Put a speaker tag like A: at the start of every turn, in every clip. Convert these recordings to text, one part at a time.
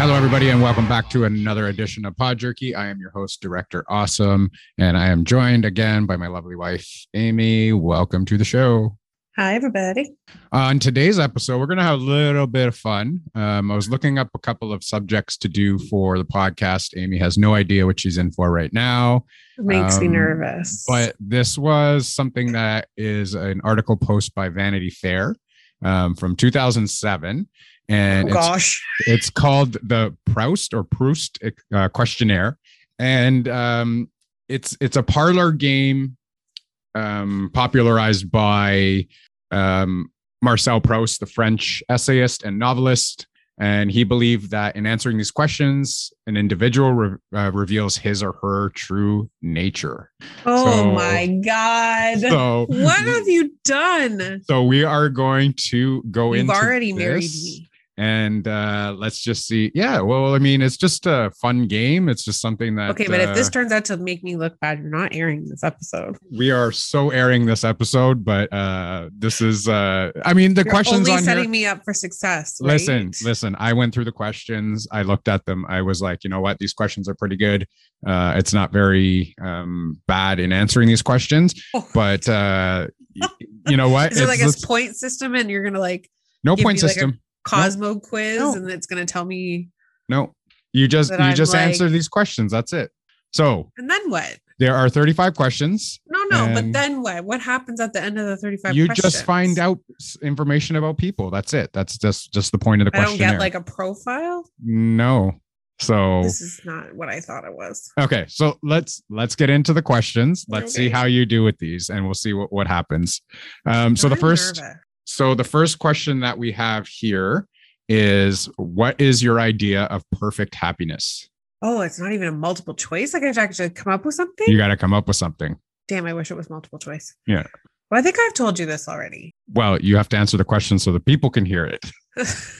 A: Hello, everybody, and welcome back to another edition of Pod Jerky. I am your host, Director Awesome, and I am joined again by my lovely wife, Amy. Welcome to the show.
B: Hi, everybody.
A: On today's episode, we're going to have a little bit of fun. Um, I was looking up a couple of subjects to do for the podcast. Amy has no idea what she's in for right now,
B: Makes me
A: Um,
B: nervous.
A: but this was something that is an article post by Vanity Fair um, from 2007.
B: oh,
A: And it's
B: gosh,
A: it's called the Proust or Proust uh, questionnaire, and um, it's it's a parlor game um, popularized by um, Marcel Proust, the French essayist and novelist. And he believed that in answering these questions, an individual re- uh, reveals his or her true nature.
B: oh
A: so-
B: my god,
A: So,
B: what have you done?
A: so we are going to go
B: You've
A: into
B: already married
A: this.
B: me.
A: and uh let's just see yeah well i mean it's just a fun game it's just something that
B: Okay, but if this
A: uh,
B: turns out to make me look bad, you're not airing this episode.
A: we are so airing this episode but uh this is uh i mean the
B: You're
A: questions
B: only
A: on
B: setting
A: here
B: me up for success. right?
A: listen listen i went through the questions i looked at them i was like you know what these questions are pretty good uh it's not very um bad in answering these questions
B: Oh.
A: but uh y- you know what
B: Is there like a
A: It's-
B: point system, and you're gonna like
A: no
B: give
A: point
B: me, like, a-
A: system
B: Cosmo quiz,
A: No.
B: and it's gonna tell me,
A: no you just you
B: That I'm
A: just
B: like-
A: answer these questions that's it so
B: and then what?
A: There are 35 questions.
B: No, no, but
A: And-
B: then what? What happens at the end of the 35?
A: you
B: questions?
A: just find out s- information about people. That's it. That's just just the point of the
B: I don't
A: questionnaire. Oh.
B: get like a profile.
A: no. So
B: This is not what I thought it was.
A: okay, so let's let's get into the questions. Let's see
B: Okay.
A: how you do with these, and we'll see what what happens. Um, so the
B: I'm
A: first
B: nervous.
A: so the first question that we have here is what is your idea of perfect happiness?
B: Oh, it's not even a multiple choice. Like I have to actually come up with something.
A: You got to come up with something.
B: Damn, I wish it was multiple choice.
A: Yeah.
B: Well, I think I've told you this already.
A: Well, you have to answer the question so the people can hear it. Hmm.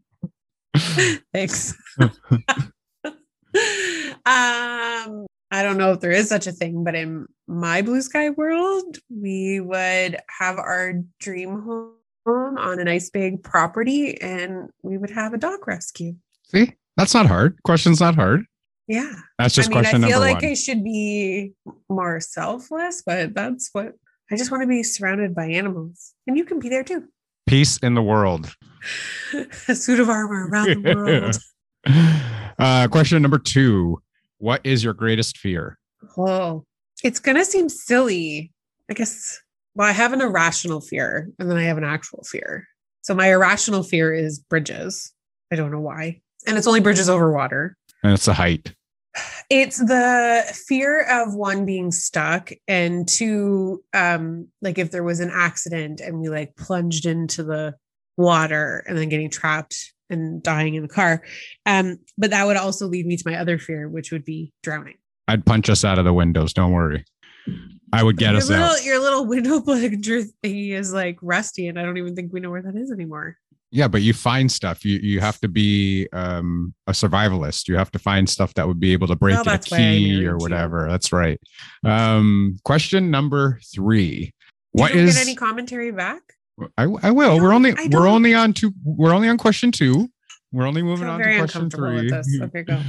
B: Thanks. um, I don't know if there is such a thing, but in my blue sky world, we would have our dream home on a nice big property and we would have a dog rescue.
A: See, that's not hard. Question's not hard.
B: Yeah.
A: That's just
B: I mean, I
A: question
B: feel
A: number
B: like
A: one.
B: I should be more selfless, but that's what I just want to be surrounded by animals, and you can be there too.
A: peace in the world.
B: A suit of armor around the world.
A: Uh, question number two What is your greatest fear?
B: Oh, it's gonna seem silly. I guess. Well, I have an irrational fear, and then I have an actual fear. So my irrational fear is bridges. I don't know why, and it's only bridges over water.
A: And it's the height.
B: it's the fear of one being stuck and two um like if there was an accident and we like plunged into the water and then getting trapped and dying in the car um but that would also lead me to my other fear which would be drowning
A: I'd punch us out of the windows. Don't worry. I would get
B: your
A: us
B: little
A: out.
B: your little window plunger thingy is like rusty and i don't even think we know where that is anymore
A: Yeah, but you find stuff. You you have to be um, a survivalist. You have to find stuff that would be able to break
B: Well,
A: in a
B: that's why I married
A: key or
B: you.
A: whatever. That's right. Um, question number three. What
B: Did you
A: is
B: get any commentary back
A: I, I will.
B: I
A: We're
B: don't-
A: only
B: I
A: we're
B: don't-
A: only on two. We're only on question two. We're only moving
B: feel
A: on
B: very
A: to question
B: uncomfortable with
A: three.
B: this. Okay, go.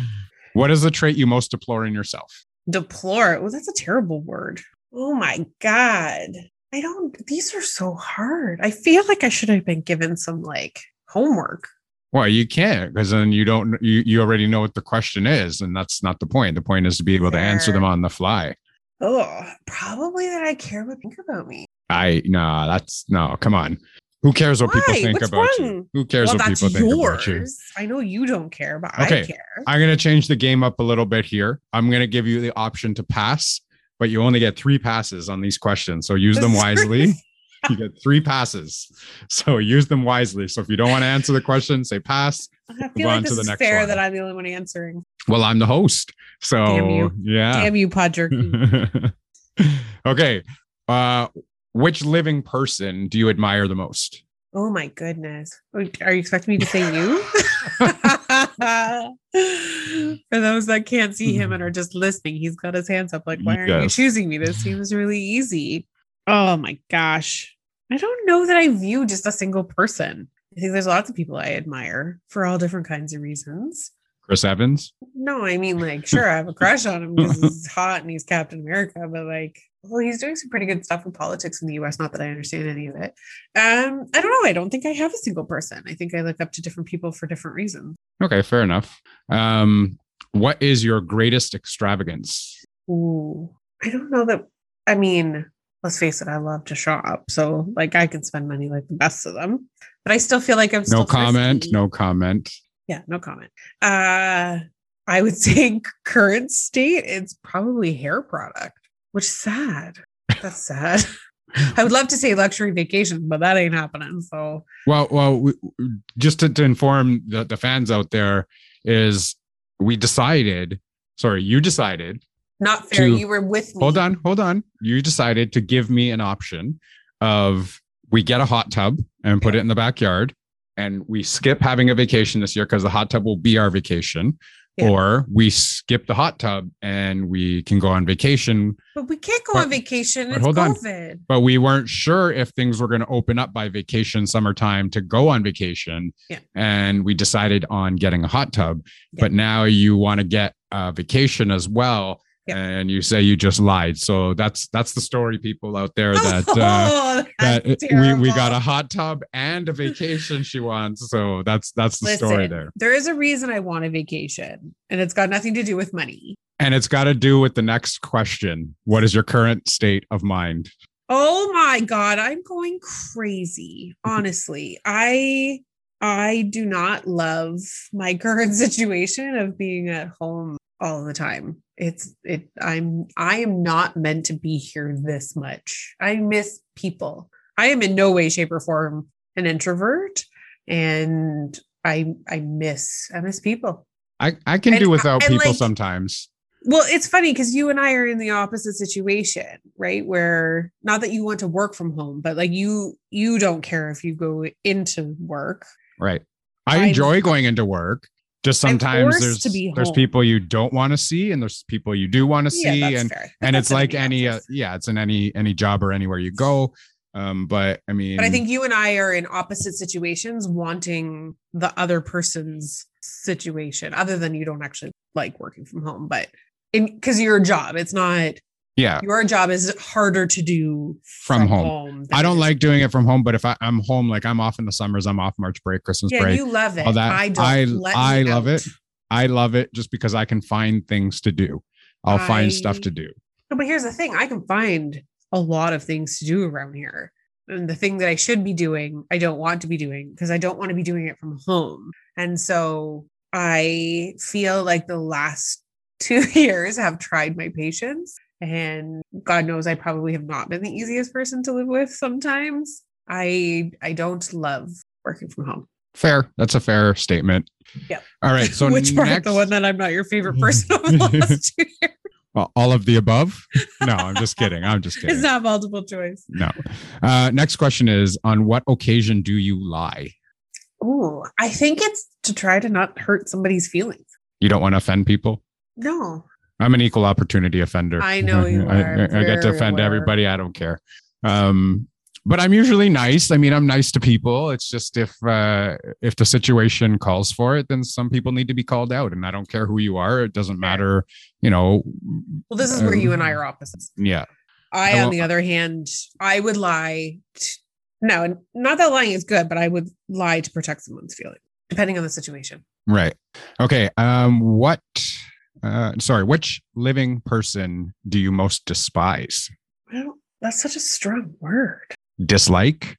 A: What is the trait you most deplore in yourself?
B: deplore. Well, that's a terrible word. Oh my God. I don't, these are so hard. I feel like I should have been given some like homework.
A: Well, you can't because then you don't. You you already know what the question is, and that's not the point. The point is to be able to answer them
B: Fair.
A: on the fly.
B: Oh, probably that I care what people think about me.
A: I nah, that's no. Come on. Who cares what people
B: Why?
A: think
B: What's
A: about you?
B: wrong?
A: Who cares
B: well,
A: what
B: that's
A: people think about you?
B: yours. I know you don't care, but I
A: Okay.
B: care.
A: I'm gonna change the game up a little bit here. I'm gonna give you the option to pass, but you only get three passes on these questions. So use them wisely. you get three passes. So use them wisely. So if you don't want to answer the question, say pass.
B: I feel
A: on
B: like
A: to
B: this
A: the
B: is
A: next
B: fair
A: one.
B: that I'm the only one answering.
A: Well, I'm the host. So
B: Damn you.
A: yeah.
B: Damn you, pod jerky.
A: okay. Uh which living person do you admire the most?
B: Oh my goodness. Are you expecting me to say you? For those that can't see him and are just listening, he's got his hands up like, why aren't
A: Yes.
B: you choosing me? This seems really easy. Oh my gosh. I don't know that I view just a single person. I think there's lots of people I admire for all different kinds of reasons.
A: Chris Evans?
B: No, I mean, like, sure, I have a crush on him because he's hot and he's Captain America, but like, well, he's doing some pretty good stuff in politics in the US. Not that I understand any of it. Um, I don't know. I don't think I have a single person. I think I look up to different people for different reasons.
A: Okay, fair enough. Um, what is your greatest extravagance?
B: Ooh, I don't know that. I mean, let's face it, I love to shop. So, like, I can spend money like the best of them, but I still feel like I'm still
A: No comment.
B: thrifty.
A: No comment.
B: Yeah, no comment. Uh, I would say current state, it's probably hair product, which is sad. That's sad. I would love to say luxury vacation, but that ain't happening. So
A: Well, well, we, just to, to inform the, the fans out there is we decided. Sorry, you decided
B: not fair.
A: To-
B: you were with me.
A: hold on, hold on. You decided to give me an option of we get a hot tub and put it in the backyard, and we skip having a vacation this year because the hot tub will be our vacation,
B: Yeah.
A: or we skip the hot tub and we can go on vacation.
B: But we can't go
A: But-
B: on vacation.
A: but
B: It's
A: hold on.
B: COVID.
A: But we weren't sure if things were going to open up by vacation, summertime to go on vacation,
B: Yeah.
A: and we decided on getting a hot tub. But now you want to get a vacation as well.
B: Yeah.
A: And you say you just lied, so that's that's the story, people out there. That uh,
B: oh,
A: that uh,
B: that's
A: we, we got
B: terrible.
A: a hot tub and a vacation she wants. So that's that's the story
B: Listen,
A: there.
B: There is a reason I want a vacation, and it's got nothing to do with money.
A: And it's got to do with the next question. What is your current state of mind?
B: Oh my god, I'm going crazy. Honestly, I I do not love my current situation of being at home all the time. It's it I'm I am not meant to be here this much. I miss people. I am in no way shape or form an introvert and I I miss I miss people.
A: I, I can
B: And-
A: do without
B: and,
A: people
B: like,
A: sometimes.
B: Well, it's funny because you and I are in the opposite situation, right? Where not that you want to work from home, but like you you don't care if you go into work.
A: Right. I
B: I'm-
A: enjoy going into work. Just
B: I'm
A: sometimes
B: forced
A: there's
B: to be
A: there's
B: home.
A: people you don't want to see and there's people you do want to see and
B: fair.
A: and
B: That's
A: it's like
B: everybody
A: any uh,
B: else's.
A: yeah, it's in any any job or anywhere you go. Um but I mean
B: but I think you and I are in opposite situations, wanting the other person's situation, other than you don't actually like working from home, but in because your job, it's not
A: yeah,
B: your job is harder to do
A: from home.
B: than
A: I
B: it
A: don't
B: is-
A: like doing it from home, but if I, I'm home, like I'm off in the summers, I'm off March break, Christmas
B: Yeah,
A: break.
B: you love it.
A: all that.
B: I don't.
A: I-
B: Let me
A: I love
B: out.
A: it. I love it just because I can find things to do. I'll find
B: I-
A: stuff to do.
B: No, but here's the thing I can find a lot of things to do around here. And the thing that I should be doing, I don't want to be doing because I don't want to be doing it from home. And so I feel like the last two years have tried my patience. And God knows I probably have not been the easiest person to live with sometimes. I I don't love working from home.
A: Fair. That's a fair statement.
B: Yep.
A: All right. So
B: which part
A: next,
B: the one that I'm not your favorite person over the last two years.
A: well, all of the above. No, I'm just kidding. I'm just
B: It's
A: kidding.
B: not multiple choice.
A: no. Uh, next question is: On what occasion do you lie?
B: Ooh, I think it's to try to not hurt somebody's feelings.
A: You don't want to offend people.
B: No,
A: I'm an equal opportunity offender.
B: I know you
A: I-
B: are. I'm
A: I, I get to
B: very
A: offend
B: aware.
A: everybody. I don't care. Um, but I'm usually nice. I mean, I'm nice to people. It's just if uh, if the situation calls for it, then some people need to be called out, and I don't care who you are. It doesn't matter. You know.
B: well, this is where
A: Um,
B: you and I are opposites.
A: Yeah.
B: I,
A: I
B: on
A: won't-
B: the other hand, I would lie. t- no, not that lying is good, but I would lie to protect someone's feelings, depending on the situation.
A: Right. Okay. Um. What? Uh. Sorry. Which living person do you most despise?
B: Well, that's such a strong word.
A: Dislike?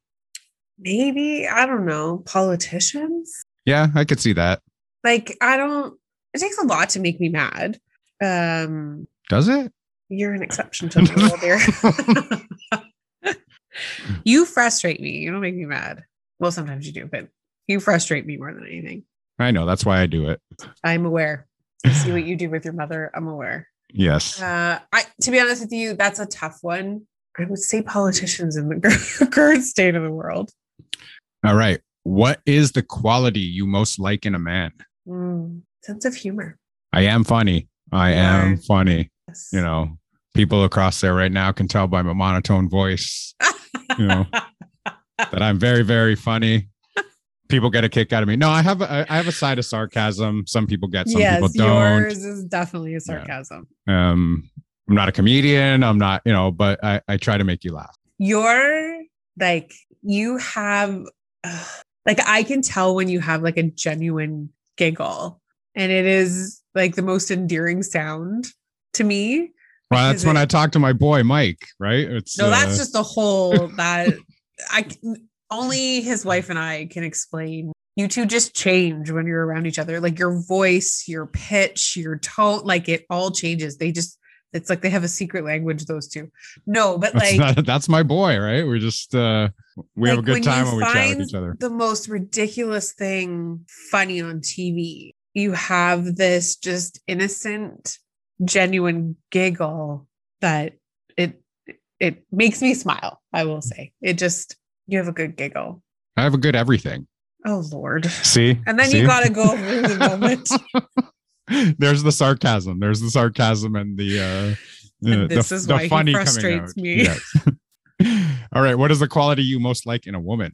B: Maybe I don't know politicians.
A: Yeah, I could see that.
B: Like I don't. It takes a lot to make me mad. Um,
A: Does it?
B: You're an exception to the rule there. you frustrate me. You don't make me mad. Well, sometimes you do, but you frustrate me more than anything.
A: I know. That's why I do it.
B: I'm aware. I see what you do with your mother. I'm aware.
A: Yes.
B: Uh, I, to be honest with you, that's a tough one. I would say politicians in the current state of the world.
A: All right. What is the quality you most like in a man?
B: Mm, sense of humor.
A: I am funny. I
B: You
A: am
B: are.
A: funny.
B: Yes.
A: You know, people across there right now can tell by my monotone voice, you know, that I'm very, very funny. people get a kick out of me. No, I have a, I have a side of sarcasm. Some people get, some people don't.
B: yours is definitely a sarcasm.
A: Um, I'm not a comedian. I'm not, you know, but I, I try to make you laugh.
B: You're like you have ugh, like I can tell when you have like a genuine giggle, and it is like the most endearing sound to me.
A: Well, that's
B: Is
A: when
B: it-
A: I talk to my boy Mike, right? It's
B: No, that's
A: uh,
B: just the whole that I can- only his wife and I can explain. You two just change when you're around each other. Like your voice, your pitch, your tone, like it all changes. They just it's like they have a secret language, those two. No, but
A: that's,
B: like
A: not- that's my boy, right? We're just uh we have a
B: Like,
A: good
B: when
A: time
B: you
A: when we chat
B: find
A: with each other.
B: the most ridiculous thing funny on TV. You have this just innocent, genuine giggle that it it makes me smile, I will say. It just you have a good giggle.
A: I have a good everything.
B: Oh lord.
A: See,
B: And then
A: See?
B: you gotta go through the moment.
A: There's the sarcasm. There's the sarcasm and the uh,
B: And
A: uh,
B: this
A: the,
B: is
A: the
B: why he
A: funny coming
B: frustrates
A: out.
B: me.
A: Yes. All right. What is the quality you most like in a woman?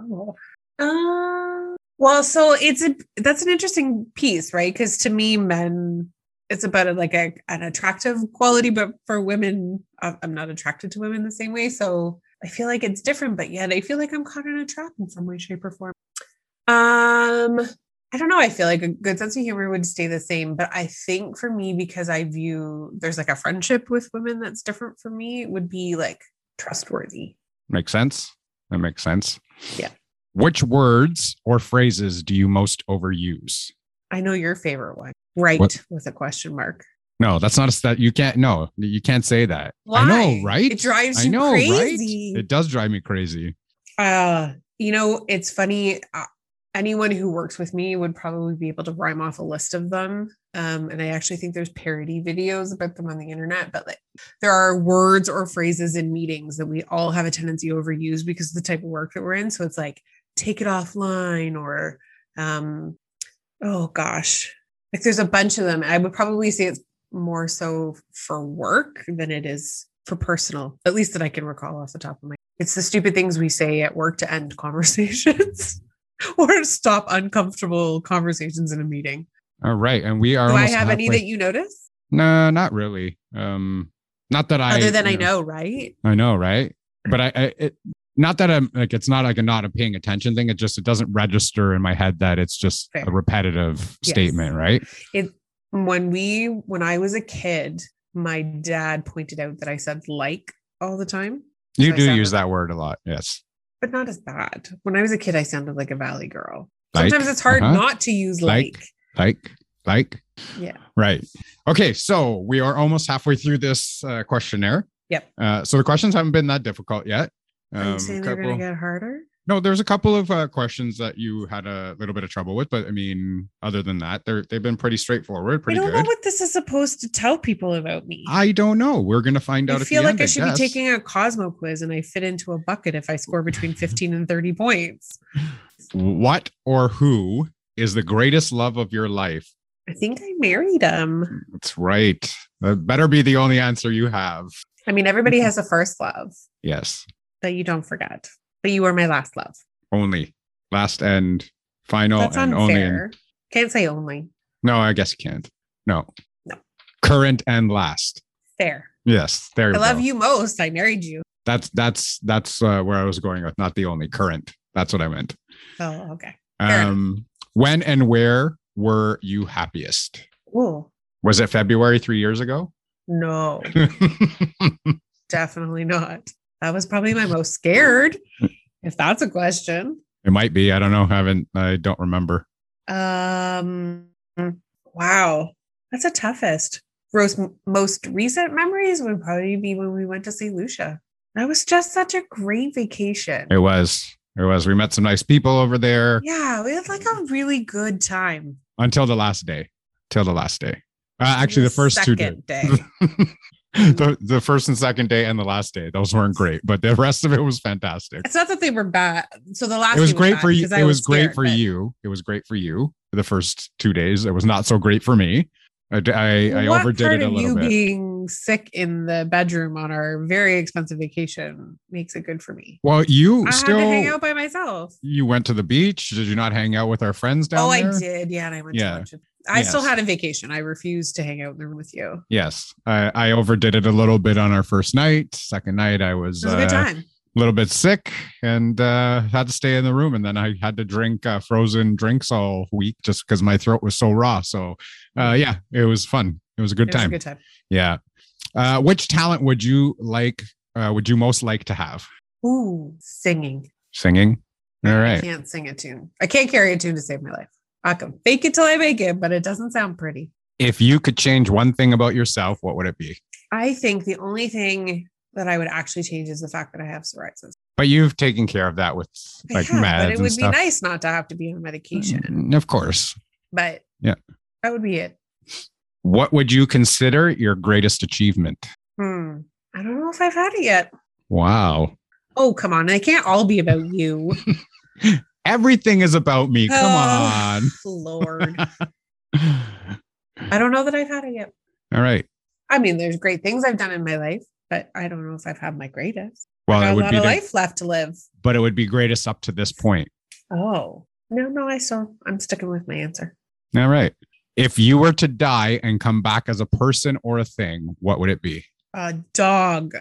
B: Oh. Uh, well, so it's a that's an interesting piece, right? Because to me, men, it's about a, like a, an attractive quality, but for women, I- I'm not attracted to women the same way. So I feel like it's different, but yet I feel like I'm caught in a trap in some way, shape, or form. Um, I don't know. I feel like a good sense of humor would stay the same, but I think for me, because I view there's like a friendship with women that's different for me, would be like trustworthy.
A: Makes sense. That makes sense.
B: Yeah.
A: Which words or phrases do you most overuse?
B: I know your favorite one. Right
A: What?
B: with a question mark.
A: No, that's not a that you can't. No, you can't say that. I
B: Why?
A: know, right?
B: It drives
A: I
B: you
A: know,
B: crazy.
A: right? It does drive me crazy.
B: Uh, you know, it's funny. Uh, anyone who works with me would probably be able to rhyme off a list of them. Um, and I actually think there's parody videos about them on the internet, but like there are words or phrases in meetings that we all have a tendency to overuse because of the type of work that we're in. So it's like, take it offline or, um, oh gosh, like there's a bunch of them. I would probably say it's more so for work than it is for personal, at least that I can recall off the top of my it's the stupid things we say at work to end conversations or stop uncomfortable conversations in a meeting.
A: All right, and we are.
B: Do I
A: almost
B: have any
A: halfway-
B: that you notice?
A: No, not really. Um, not that I.
B: Other than I
A: you
B: know, right?
A: I know, right? But I, I it, not that I'm like it's not like a not a paying attention thing. It just it doesn't register in my head that it's just
B: Fair.
A: a repetitive
B: Yes.
A: statement, right?
B: When we when I was a kid, my dad pointed out that I said like all the time,
A: You
B: I
A: do
B: sound
A: use
B: like-
A: that word a lot, yes.
B: but not as bad. When I was a kid, I sounded like a valley girl.
A: Like,
B: Sometimes it's hard
A: uh-huh.
B: not to use
A: Like.
B: like.
A: Like, like,
B: Yeah.
A: right. Okay, so we are almost halfway through this uh, questionnaire.
B: Yep.
A: Uh, so the questions haven't been that difficult yet.
B: Are you
A: Um,
B: saying they're
A: couple-
B: gonna get harder?
A: no, there's a couple of uh, questions that you had a little bit of trouble with, but I mean, other than that, they're they've been pretty straightforward,
B: I
A: pretty
B: don't
A: good.
B: know what this is supposed to tell people about me.
A: I don't know. We're gonna find
B: I
A: out. at the
B: feel like
A: end,
B: I should
A: guess.
B: be taking a Cosmo quiz and I fit into a bucket if I score between 15 and 30 points.
A: What or who is the greatest love of your life?
B: I think I married him.
A: That's right. That better be the only answer you have.
B: I mean, everybody has a first love
A: Yes.
B: that you don't forget, but you were my last love.
A: Only. Last and final
B: That's
A: Oh, and only. and-
B: unfair. Can't say only.
A: no, I guess you can't. No.
B: No.
A: Current and last.
B: Fair.
A: Yes. There
B: I
A: we
B: love
A: go.
B: you most. I married you.
A: That's that's that's uh, where I was going with not the only current. That's what I meant.
B: Oh, okay. Fair enough.
A: Um when and where were you happiest?
B: Oh,
A: Was it February three years ago?
B: no, definitely not. That was probably my most scared, if that's a question.
A: It might be. I don't know. haven't. I don't remember.
B: Um, wow, that's the toughest. Rose, most recent memories would probably be when we went to see Lucia. That was just such a great vacation.
A: It was. It was. We met some nice people over there
B: Yeah, we had like a really good time.
A: until the last day. Till the last day. Uh, actually, the first two days.
B: second day.
A: the, the first and second day and the last day. Those weren't great, but the rest of it was fantastic.
B: It's not that they were bad. So the last
A: It was
B: day
A: great
B: bad
A: for you.
B: because I
A: It was great
B: scared,
A: for
B: but
A: you. It was great for you. The first two days, it was not so great for me. I d- I, I
B: what
A: overdid
B: part
A: it a
B: of
A: little
B: you
A: bit.
B: being sick in the bedroom on our very expensive vacation makes it good for me.
A: Well, you
B: I
A: still
B: had to hang out by myself.
A: you went to the beach. Did you not hang out with our friends down
B: Oh,
A: there?
B: I did. Yeah, and I went
A: Yeah.
B: to lunch. with- I still
A: Yes.
B: had a vacation. I refused to hang out in the room with you.
A: Yes, I, I overdid it a little bit on our first night. Second night, I was,
B: It was a good
A: uh,
B: time.
A: a little bit sick and uh, had to stay in the room. And then I had to drink uh, frozen drinks all week just because my throat was so raw. So, uh, yeah, it was fun. It was a good
B: Mm-hmm. It was a
A: time.
B: good time.
A: yeah. Uh, which talent would you like? Uh, would you most like to have?
B: Ooh, singing.
A: Singing. All
B: I
A: right.
B: can't sing a tune. I can't carry a tune to save my life. I can fake it till I make it, but it doesn't sound pretty.
A: If you could change one thing about yourself, what would it be?
B: I think the only thing that I would actually change is the fact that I have psoriasis.
A: But you've taken care of that with
B: I
A: like
B: have,
A: meds
B: but it
A: and
B: would
A: stuff.
B: be nice not to have to be on medication.
A: Mm, Of course.
B: But
A: Yeah.
B: that would be it.
A: What would you consider your greatest achievement?
B: Hmm. I don't know if I've had it yet.
A: Wow.
B: Oh, come on. They can't all be about you.
A: Everything is about me. Come
B: Oh,
A: on.
B: Lord.
A: All
B: I don't know that I've had it yet.
A: right.
B: I mean, there's great things I've done in my life, but I don't know if I've had my greatest.
A: Well,
B: I got
A: it
B: a
A: Oh, would
B: lot
A: be,
B: of
A: the-
B: life left to live.
A: but it would be greatest up to this point.
B: Oh. No, no, I still I'm sticking with my answer.
A: All right. If you were to die and come back as a person or a thing, what would it be?
B: A dog.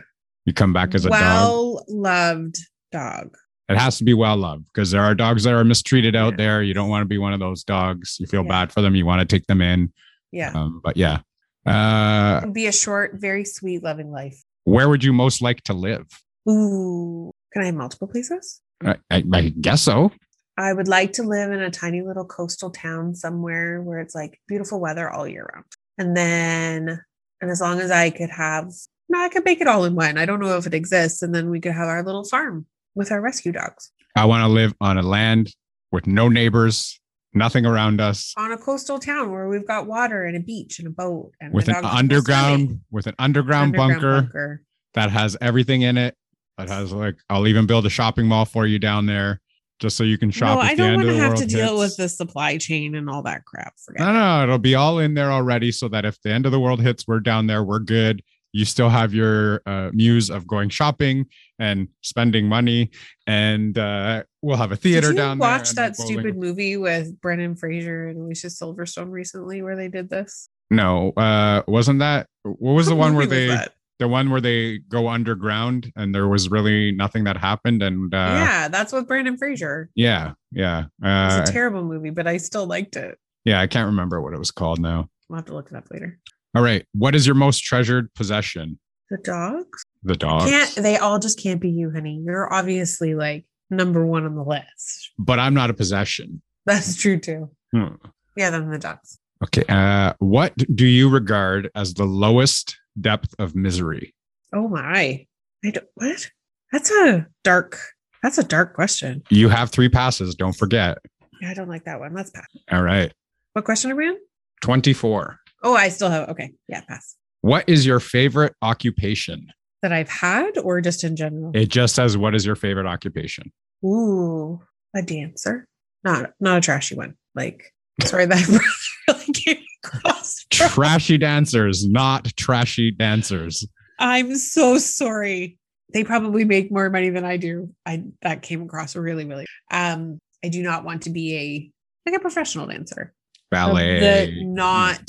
A: You come back as a dog.
B: well loved dog.
A: It has to be well loved because there are dogs that are mistreated out
B: Yeah.
A: there. You don't want to be one of those dogs. You feel
B: Yeah.
A: bad for them. You want to take them in.
B: Yeah.
A: Um, but yeah. Uh,
B: It'd be a short, very sweet, loving life.
A: where would you most like to live?
B: Ooh. Can I have multiple places?
A: I, I, I guess so.
B: I would like to live in a tiny little coastal town somewhere where it's like beautiful weather all year round. And then, and as long as I could have, no, I could make it all in one. I don't know if it exists. And then we could have our little farm with our rescue dogs
A: I want to live on a land with no neighbors, nothing around us,
B: on a coastal town where we've got water and a beach and a boat and
A: with
B: the
A: an
B: dogs can go swimming.
A: underground with an underground, bunker,
B: bunker.
A: that has everything in it. That has like I'll even build a shopping mall for you down there, just so you can shop.
B: No,
A: if
B: I
A: the
B: don't
A: end of
B: want to
A: the
B: have
A: world
B: to
A: hits.
B: deal with the supply chain and all that crap. Forget
A: No,
B: it.
A: no, it'll be all in there already, so that if the end of the world hits, we're down there, we're good. You still have your uh, muse of going shopping and spending money, and uh, we'll have a theater
B: Did you
A: down there.
B: watch
A: and
B: that
A: bowling.
B: stupid movie with Brendan Fraser and Alicia Silverstone recently where they did this?
A: No, uh, wasn't that what was the
B: What
A: one where
B: movie was
A: they
B: that?
A: the one where they go underground and there was really nothing that happened and uh
B: yeah, that's with Brandon Fraser.
A: yeah yeah
B: It's
A: uh
B: a terrible movie, but I still liked it.
A: yeah i can't remember what it was called now
B: We'll have to look it up later.
A: all right what is your most treasured possession
B: The dogs
A: the dog
B: can't. They all just can't be you, honey. You're obviously like number one on the list.
A: but i'm not a possession
B: That's true too.
A: Hmm.
B: Yeah, then the dogs.
A: okay uh what do you regard as the lowest depth of misery
B: Oh my! I don't, what? That's a dark. That's a dark question.
A: you have three passes don't forget
B: I don't like that one. Let's pass.
A: all right
B: What question are we on?
A: 24
B: Oh, I still have. Okay. Yeah, pass.
A: what is your favorite occupation
B: That I've had or just in general?
A: it just says what is your favorite occupation
B: Ooh, a dancer. Not not a trashy one. Like, sorry, that really came across. wrong.
A: trashy dancers not trashy dancers
B: I'm so sorry. They probably make more money than I do. I that came across really, really. Um, I do not want to be a like a professional dancer. Of
A: ballet.
B: The not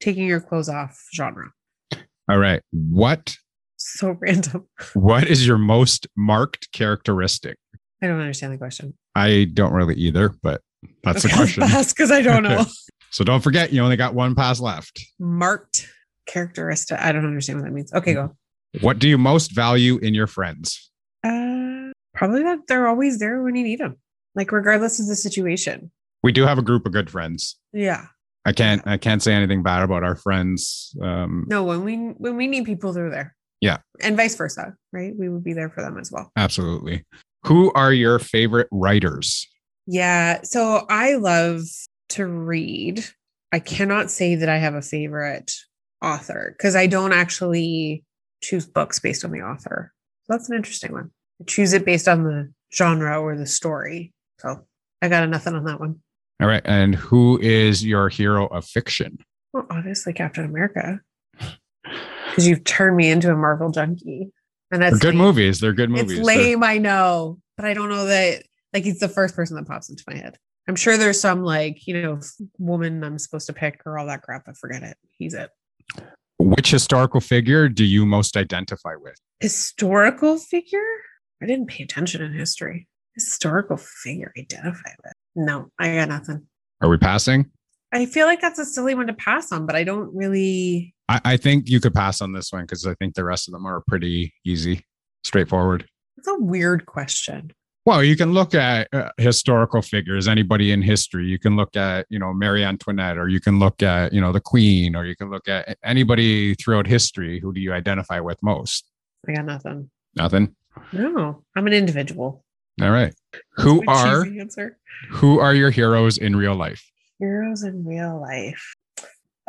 B: taking your clothes off genre.
A: All right. What
B: So random.
A: what is your most marked characteristic?
B: I don't understand the question.
A: I don't really either, but that's the question.
B: because I don't know.
A: So don't forget, you only got one pass left.
B: marked characteristic. I don't understand what that means. Okay, go.
A: What do you most value in your friends?
B: Uh, probably that they're always there when you need them, like regardless of the situation.
A: We do have a group of good friends.
B: Yeah.
A: I can't I can't say anything bad about our friends. Um,
B: No, when we when we need people, they're there.
A: Yeah.
B: And vice versa, right? We would be there for them as well.
A: Absolutely. Who are your favorite writers?
B: Yeah. So I love to read. I cannot say that I have a favorite author because I don't actually choose books based on the author. So that's an interesting one. I choose it based on the genre or the story. So I got nothing on that one.
A: All right. And who is your hero of fiction?
B: Well, obviously Captain America. because you've turned me into a Marvel junkie. And that's
A: They're good
B: lame.
A: movies. They're good
B: It's
A: movies. They're-
B: lame, I know, but I don't know that like he's the first person that pops into my head. I'm sure there's some like, you know, woman I'm supposed to pick or all that crap, but forget it. He's it.
A: Which historical figure do you most identify with?
B: Historical figure? I didn't pay attention in history. Historical figure identify with. No, I got nothing.
A: Are we passing?
B: I feel like that's a silly one to pass on, but I don't really
A: I, I think you could pass on this one because I think the rest of them are pretty easy, straightforward.
B: it's a weird question.
A: Well, you can look at uh, historical figures, anybody in history. You can look at, you know, Marie Antoinette, or you can look at, you know, the Queen, or you can look at anybody throughout history. Who do you identify with most?
B: I got nothing.
A: Nothing.
B: No, I'm an individual.
A: All right. Who
B: That's my
A: are
B: cheesy answer.
A: who are your heroes in real life?
B: heroes in real life.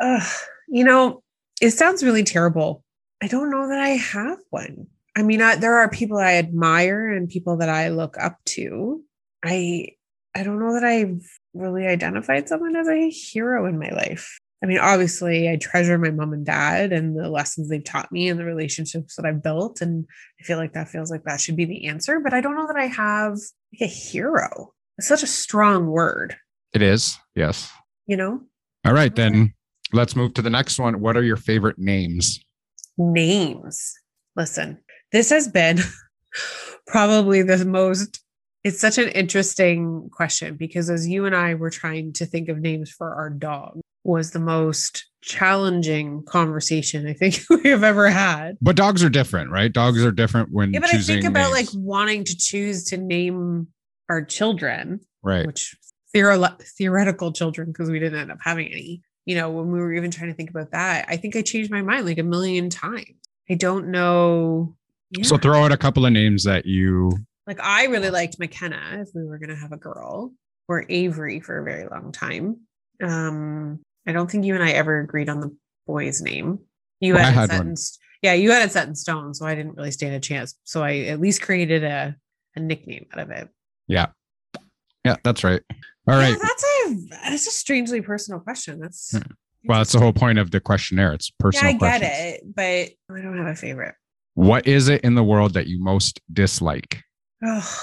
B: Ugh, you know, it sounds really terrible. I don't know that I have one. I mean, I, there are people I admire and people that I look up to. I I don't know that I've really identified someone as a hero in my life. I mean, obviously, I treasure my mom and dad and the lessons they've taught me and the relationships that I've built. And I feel like that feels like that should be the answer. But I don't know that I have like, a hero. It's such a strong word,
A: It is. Yes.
B: you know?
A: All right, then let's move to the next one. What are your favorite names?
B: names. Listen, this has been probably the most, it's such an interesting question because as you and I were trying to think of names for our dog, was the most challenging conversation I think we have ever had.
A: But dogs are different, right? Dogs are different when
B: Yeah, but I
A: Mm, choosing
B: think about
A: names.
B: like wanting to choose to name our children,
A: right.
B: which theorel theoretical children, because we didn't end up having any. You know, when we were even trying to think about that, I think I changed my mind like a million times. I don't know. Yeah.
A: So throw out a couple of names that you
B: Like I really liked McKenna if we were gonna have a girl, or Avery for a very long time. Um, I don't think you and I ever agreed on the boy's name. You
A: I
B: had,
A: had
B: it set
A: one.
B: in st- yeah, you had it set in stone, so I didn't really stand a chance. So I at least created a a nickname out of it.
A: Yeah, that's right. All right.
B: Yeah, that's a that's a strangely personal question. That's
A: Hmm. Well, that's the whole point of the questionnaire. It's
B: yeah,
A: personal.
B: I get
A: questions.
B: it, but I don't have a favorite.
A: What is it in the world that you most dislike?
B: Oh,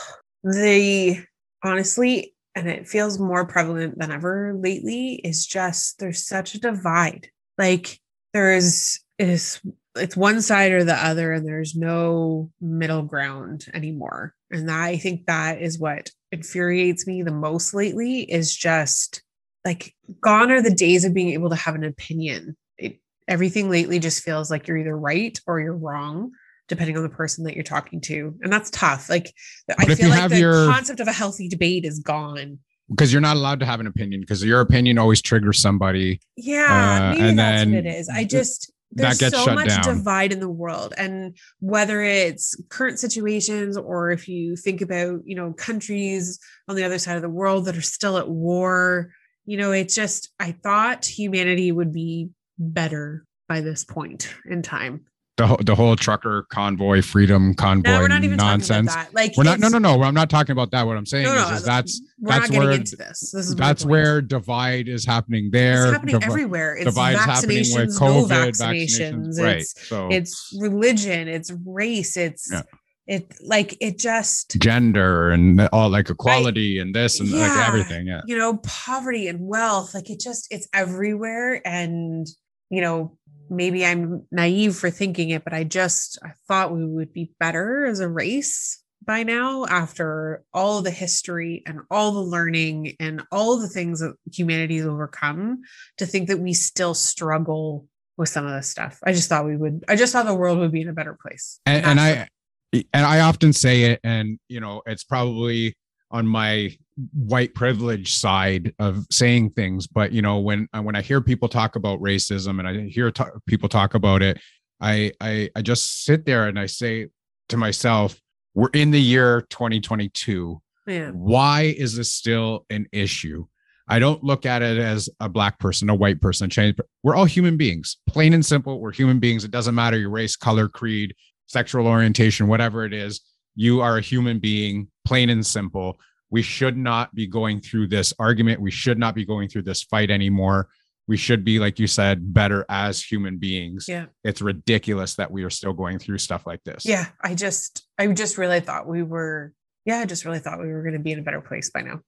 B: the honestly, and it feels more prevalent than ever lately, is just there's such a divide. Like there is is it's one side or the other, and there's no middle ground anymore. And that, I think that is what infuriates me the most lately is just like gone are the days of being able to have an opinion. It, everything lately just feels like you're either right or you're wrong, depending on the person that you're talking to. And that's tough. Like I
A: But if
B: feel
A: you
B: like
A: have
B: the
A: your-
B: concept of a healthy debate is gone.
A: Because you're not allowed to have an opinion because your opinion always triggers somebody.
B: Yeah,
A: Uh,
B: maybe
A: and
B: that's what
A: then
B: it is. I
A: th-
B: just
A: that
B: there's
A: gets
B: so
A: shut
B: much
A: down.
B: divide in the world, and whether it's current situations or if you think about you know countries on the other side of the world that are still at war, you know, it's just I thought humanity would be better by this point in time.
A: The, whole- the whole trucker convoy, freedom convoy
B: Now we're not even
A: nonsense.
B: talking about that. Like
A: We're not, no,
B: it's-
A: no, no. I'm not talking about that. What I'm saying
B: no,
A: is,
B: no,
A: is that's
B: we're
A: that's
B: not getting
A: where-
B: into this. This is my
A: that's
B: point.
A: where divide is happening.
B: it's
A: There,
B: happening
A: Divi-
B: everywhere. It's
A: divide's happening
B: vaccinations,
A: with
B: no
A: COVID
B: vaccinations.
A: vaccinations. Right.
B: It's
A: So
B: it's religion it's race it's
A: Yeah.
B: it like it just
A: gender and all like equality and this and
B: Yeah.
A: like everything. Yeah.
B: you know poverty and wealth like it just it's everywhere and you know maybe i'm naive for thinking it but i just i thought we would be better as a race by now after all the history and all the learning and all the things that humanity has overcome to think that we still struggle with some of this stuff i just thought we would i just thought the world would be in a better place
A: and, and
B: That's-
A: I and I often say it, and you know, it's probably on my white privilege side of saying things, but you know, when uh, when I hear people talk about racism and I hear ta- people talk about it, I, I I just sit there and I say to myself, we're in the year 2022
B: yeah
A: why is this still an issue? I don't look at it as a black person, a white person, a Chinese. per- We're all human beings, plain and simple. We're human beings. It doesn't matter your race, color, creed, sexual orientation, whatever it is. You are a human being, plain and simple. We should not be going through this argument. We should not be going through this fight anymore. we should be like you said better as human beings
B: Yeah.
A: it's ridiculous that we are still going through stuff like this
B: Yeah. I just, I just really thought we were, yeah, I just really thought we were going to be in a better place by now.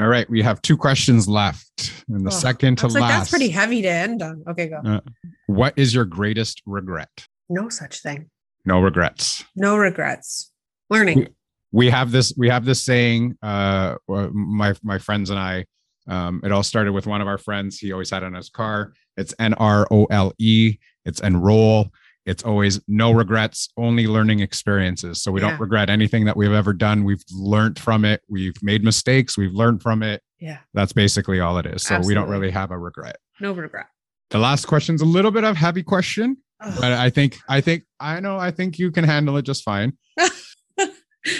A: all right we have two questions left and the
B: Oh,
A: second
B: I
A: to
B: was like,
A: last
B: that's pretty heavy to end on. Okay, go.
A: what is your greatest regret
B: No such thing.
A: no regrets
B: No regrets. Learning.
A: we have this we have this saying uh uh, my my friends and i um it all started with one of our friends he always had it in his car it's n-r-o-l-e E. it's enroll it's always no regrets only learning experiences so we
B: Yeah.
A: don't regret anything that we've ever done we've learned from it we've made mistakes we've learned from it
B: Yeah.
A: that's basically all it is so we don't
B: Absolutely.
A: really have a regret
B: No regret.
A: the last question's a little bit of a heavy question
B: Ugh.
A: but i think i think i know i think you can handle it just fine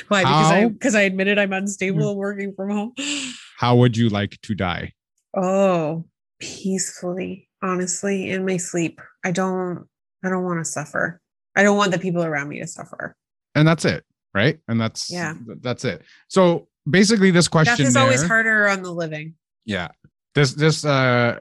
B: Why? Because I
A: How- Mm.
B: because I admitted I'm unstable and working from home.
A: how would you like to die
B: Oh, peacefully, honestly, in my sleep. I don't I don't want to suffer. I don't want the people around me to suffer.
A: and that's it right and that's
B: Yeah.
A: th- that's it so basically this
B: Death
A: question
B: is always harder on the living.
A: yeah this this uh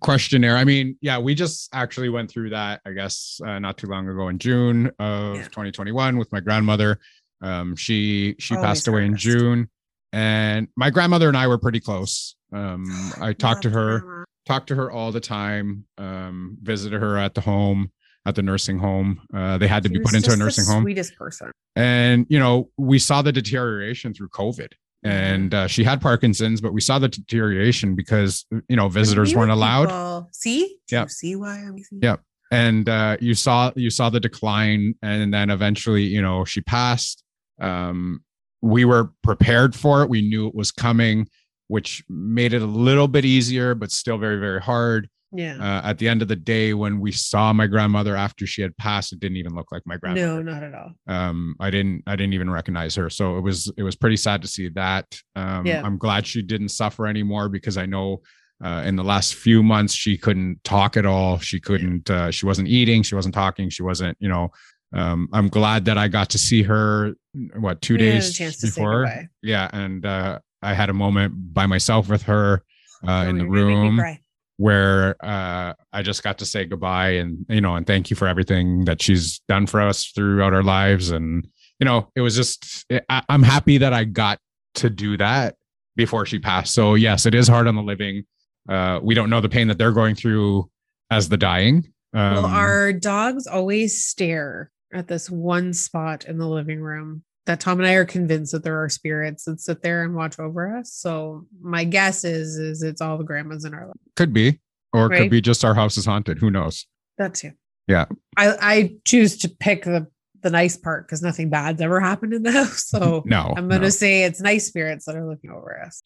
A: questionnaire i mean yeah we just actually went through that i guess uh, not too long ago in june of
B: Yeah.
A: 2021 with my grandmother um she she
B: Always
A: passed away in
B: hardest.
A: june and my grandmother and i were pretty close um i talked to
B: Love
A: her
B: drama.
A: talked to her all the time um visited her at the home at the nursing home uh they had to
B: She
A: be
B: was
A: put into a
B: just the
A: nursing home
B: Sweetest person.
A: and you know we saw the deterioration through covid
B: Mm-hmm.
A: and uh, she had parkinson's but we saw the deterioration because you know visitors
B: We
A: weren't
B: were
A: allowed
B: people- See? Do
A: Yeah.
B: you See why I'm easy?
A: Yeah. and uh, you saw you saw the decline and then eventually you know she passed um, we were prepared for it we knew it was coming which made it a little bit easier but still very very hard
B: Yeah.
A: uh, at the end of the day when we saw my grandmother after she had passed it didn't even look like my grandmother
B: no, not at all.
A: um i didn't i didn't even recognize her so it was it was pretty sad to see that um
B: Yeah.
A: i'm glad she didn't suffer anymore because i know uh, in the last few months she couldn't talk at all she couldn't uh, she wasn't eating she wasn't talking she wasn't you know um i'm glad that i got to see her what two
B: We had a
A: days
B: chance to say
A: before
B: goodbye.
A: yeah and uh i had a moment by myself with her uh,
B: Oh,
A: in the
B: you're gonna make me
A: room
B: cry.
A: where uh, I just got to say goodbye and you know and thank you for everything that she's done for us throughout our lives and you know it was just eh, I, I'm happy that I got to do that before she passed. So yes, it is hard on the living. Uh, we don't know the pain that they're going through as the dying. Um,
B: well, our dogs always stare at this one spot in the living room that Tom and I are convinced that there are spirits that sit there and watch over us. So my guess is is it's all the grandmas in our life.
A: could be, or it
B: Right.
A: could be just our house is haunted. Who knows?
B: That too.
A: Yeah.
B: I, I choose to pick the the nice part because nothing bad's ever happened in the house. So
A: No,
B: I'm gonna
A: no.
B: say it's nice spirits that are looking over us.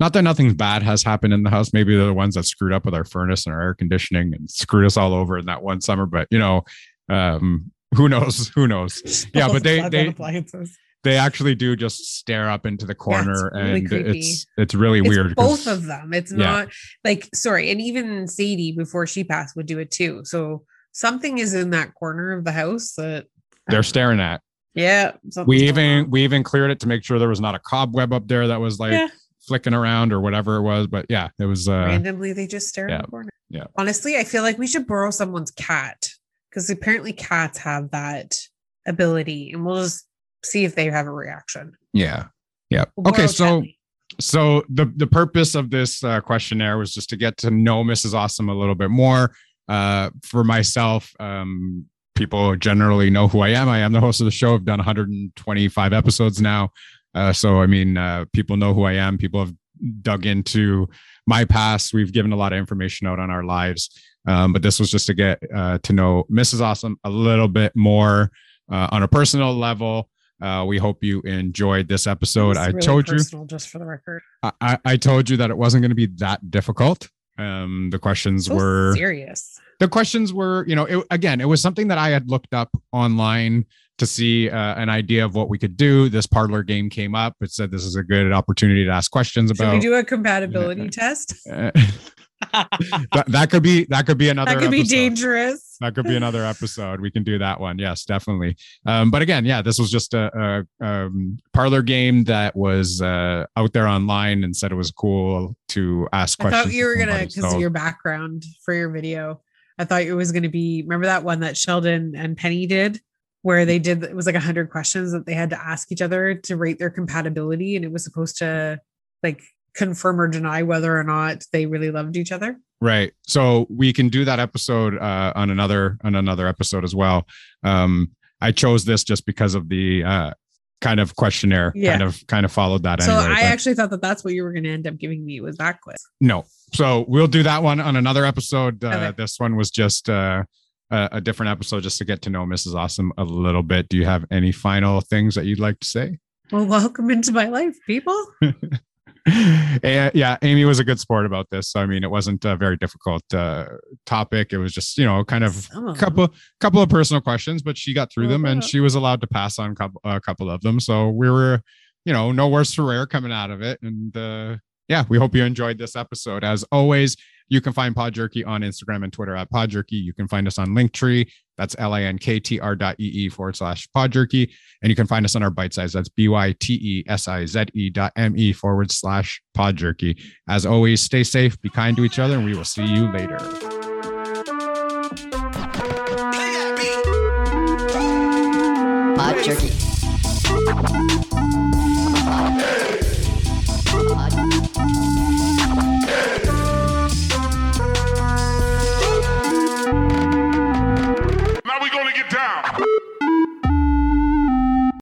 A: not that nothing bad has happened in the house. Maybe they're the ones that screwed up with our furnace and our air conditioning and screwed us all over in that one summer. But you know, um, who knows? Who knows? Yeah, but they-
B: Plug on
A: they-
B: appliances.
A: They actually do just stare up into the corner,
B: really
A: and
B: creepy.
A: it's it's really
B: it's
A: weird. 'cause-
B: Both of them. It's
A: Yeah.
B: not like sorry, and even Sadie before she passed would do it too. So something is in that corner of the house that
A: they're staring at.
B: Yeah,
A: We
B: something's going
A: even
B: on.
A: we even cleared it to make sure there was not a cobweb up there that was like
B: Yeah.
A: flicking around or whatever it was. But yeah, it was. uh
B: randomly they just stare
A: yeah,
B: in the corner.
A: yeah.
B: Honestly, I feel like we should borrow someone's cat because apparently cats have that ability, and we'll just see if they have a reaction.
A: Yeah. Yeah.
B: We'll
A: okay.
B: borrow
A: So.
B: Chatley.
A: so the the purpose of this uh, questionnaire was just to get to know Mrs. Awesome a little bit more. Uh, for myself, um, people generally know who I am. I am the host of the show. I've done 125 episodes now, uh, so I mean, uh, people know who I am. People have dug into my past. We've given a lot of information out on our lives, um, but this was just to get uh, to know Mrs. Awesome a little bit more uh, on a personal level. Uh, we hope you enjoyed this episode.
B: It's
A: I
B: really
A: told you.
B: personal, just for the record.
A: I- I, I told you that it wasn't going to be that difficult. Um, the questions
B: So
A: were
B: serious.
A: the questions were, you know, it, again, it was something that I had looked up online to see uh, an idea of what we could do. This parlor game came up. It said this is a good opportunity to ask questions
B: Should we
A: about.
B: do a compatibility test?
A: Uh,
B: that
A: that, that could be that could be another.
B: could be
A: episode.
B: dangerous.
A: that could be another episode. We can do that one. Yes, definitely. Um, but again, yeah, this was just a, a um, parlor game that was uh, out there online and said it was cool to ask
B: I
A: questions.
B: thought you
A: to
B: were gonna
A: somebody.
B: because
A: So-
B: of your background for your video. I thought it was gonna be remember that one that Sheldon and Penny did where they did it was like hundred questions that they had to ask each other to rate their compatibility and it was supposed to like confirm or deny whether or not they really loved each other.
A: Right. So we can do that episode uh, on another on another episode as well. Um, I chose this just because of the uh, kind of questionnaire.
B: Yeah.
A: Kind of kind of followed that.
B: so
A: anyway,
B: I
A: but
B: actually thought that that's what you were gonna end up giving me was that quiz.
A: no. So we'll do that one on another episode. Uh,
B: Okay.
A: This one was just uh, a, a different episode, just to get to know Mrs. Awesome a little bit. Do you have any final things that you'd like to say?
B: Well, welcome into my life, people.
A: Eh, yeah, Amy was a good sport about this. I mean, it wasn't a very difficult uh, topic. It was just you know kind of
B: Some of them.
A: couple couple of personal questions, but she got through them and
B: Uh-huh.
A: she was allowed to pass on couple, a couple of them. So we were, you know, no worse for wear coming out of it. And uh, yeah, we hope you enjoyed this episode. As always, you can find Pod Jerky on Instagram and Twitter at Pod Jerky. You can find us on Linktree. That's L I N K T R dot E E forward slash Pod Jerky. And you can find us on our bite size. That's B Y T E S I Z E dot M E forward slash Pod Jerky. As always, stay safe, be kind to each other, and we will see you later.
C: Pod Jerky.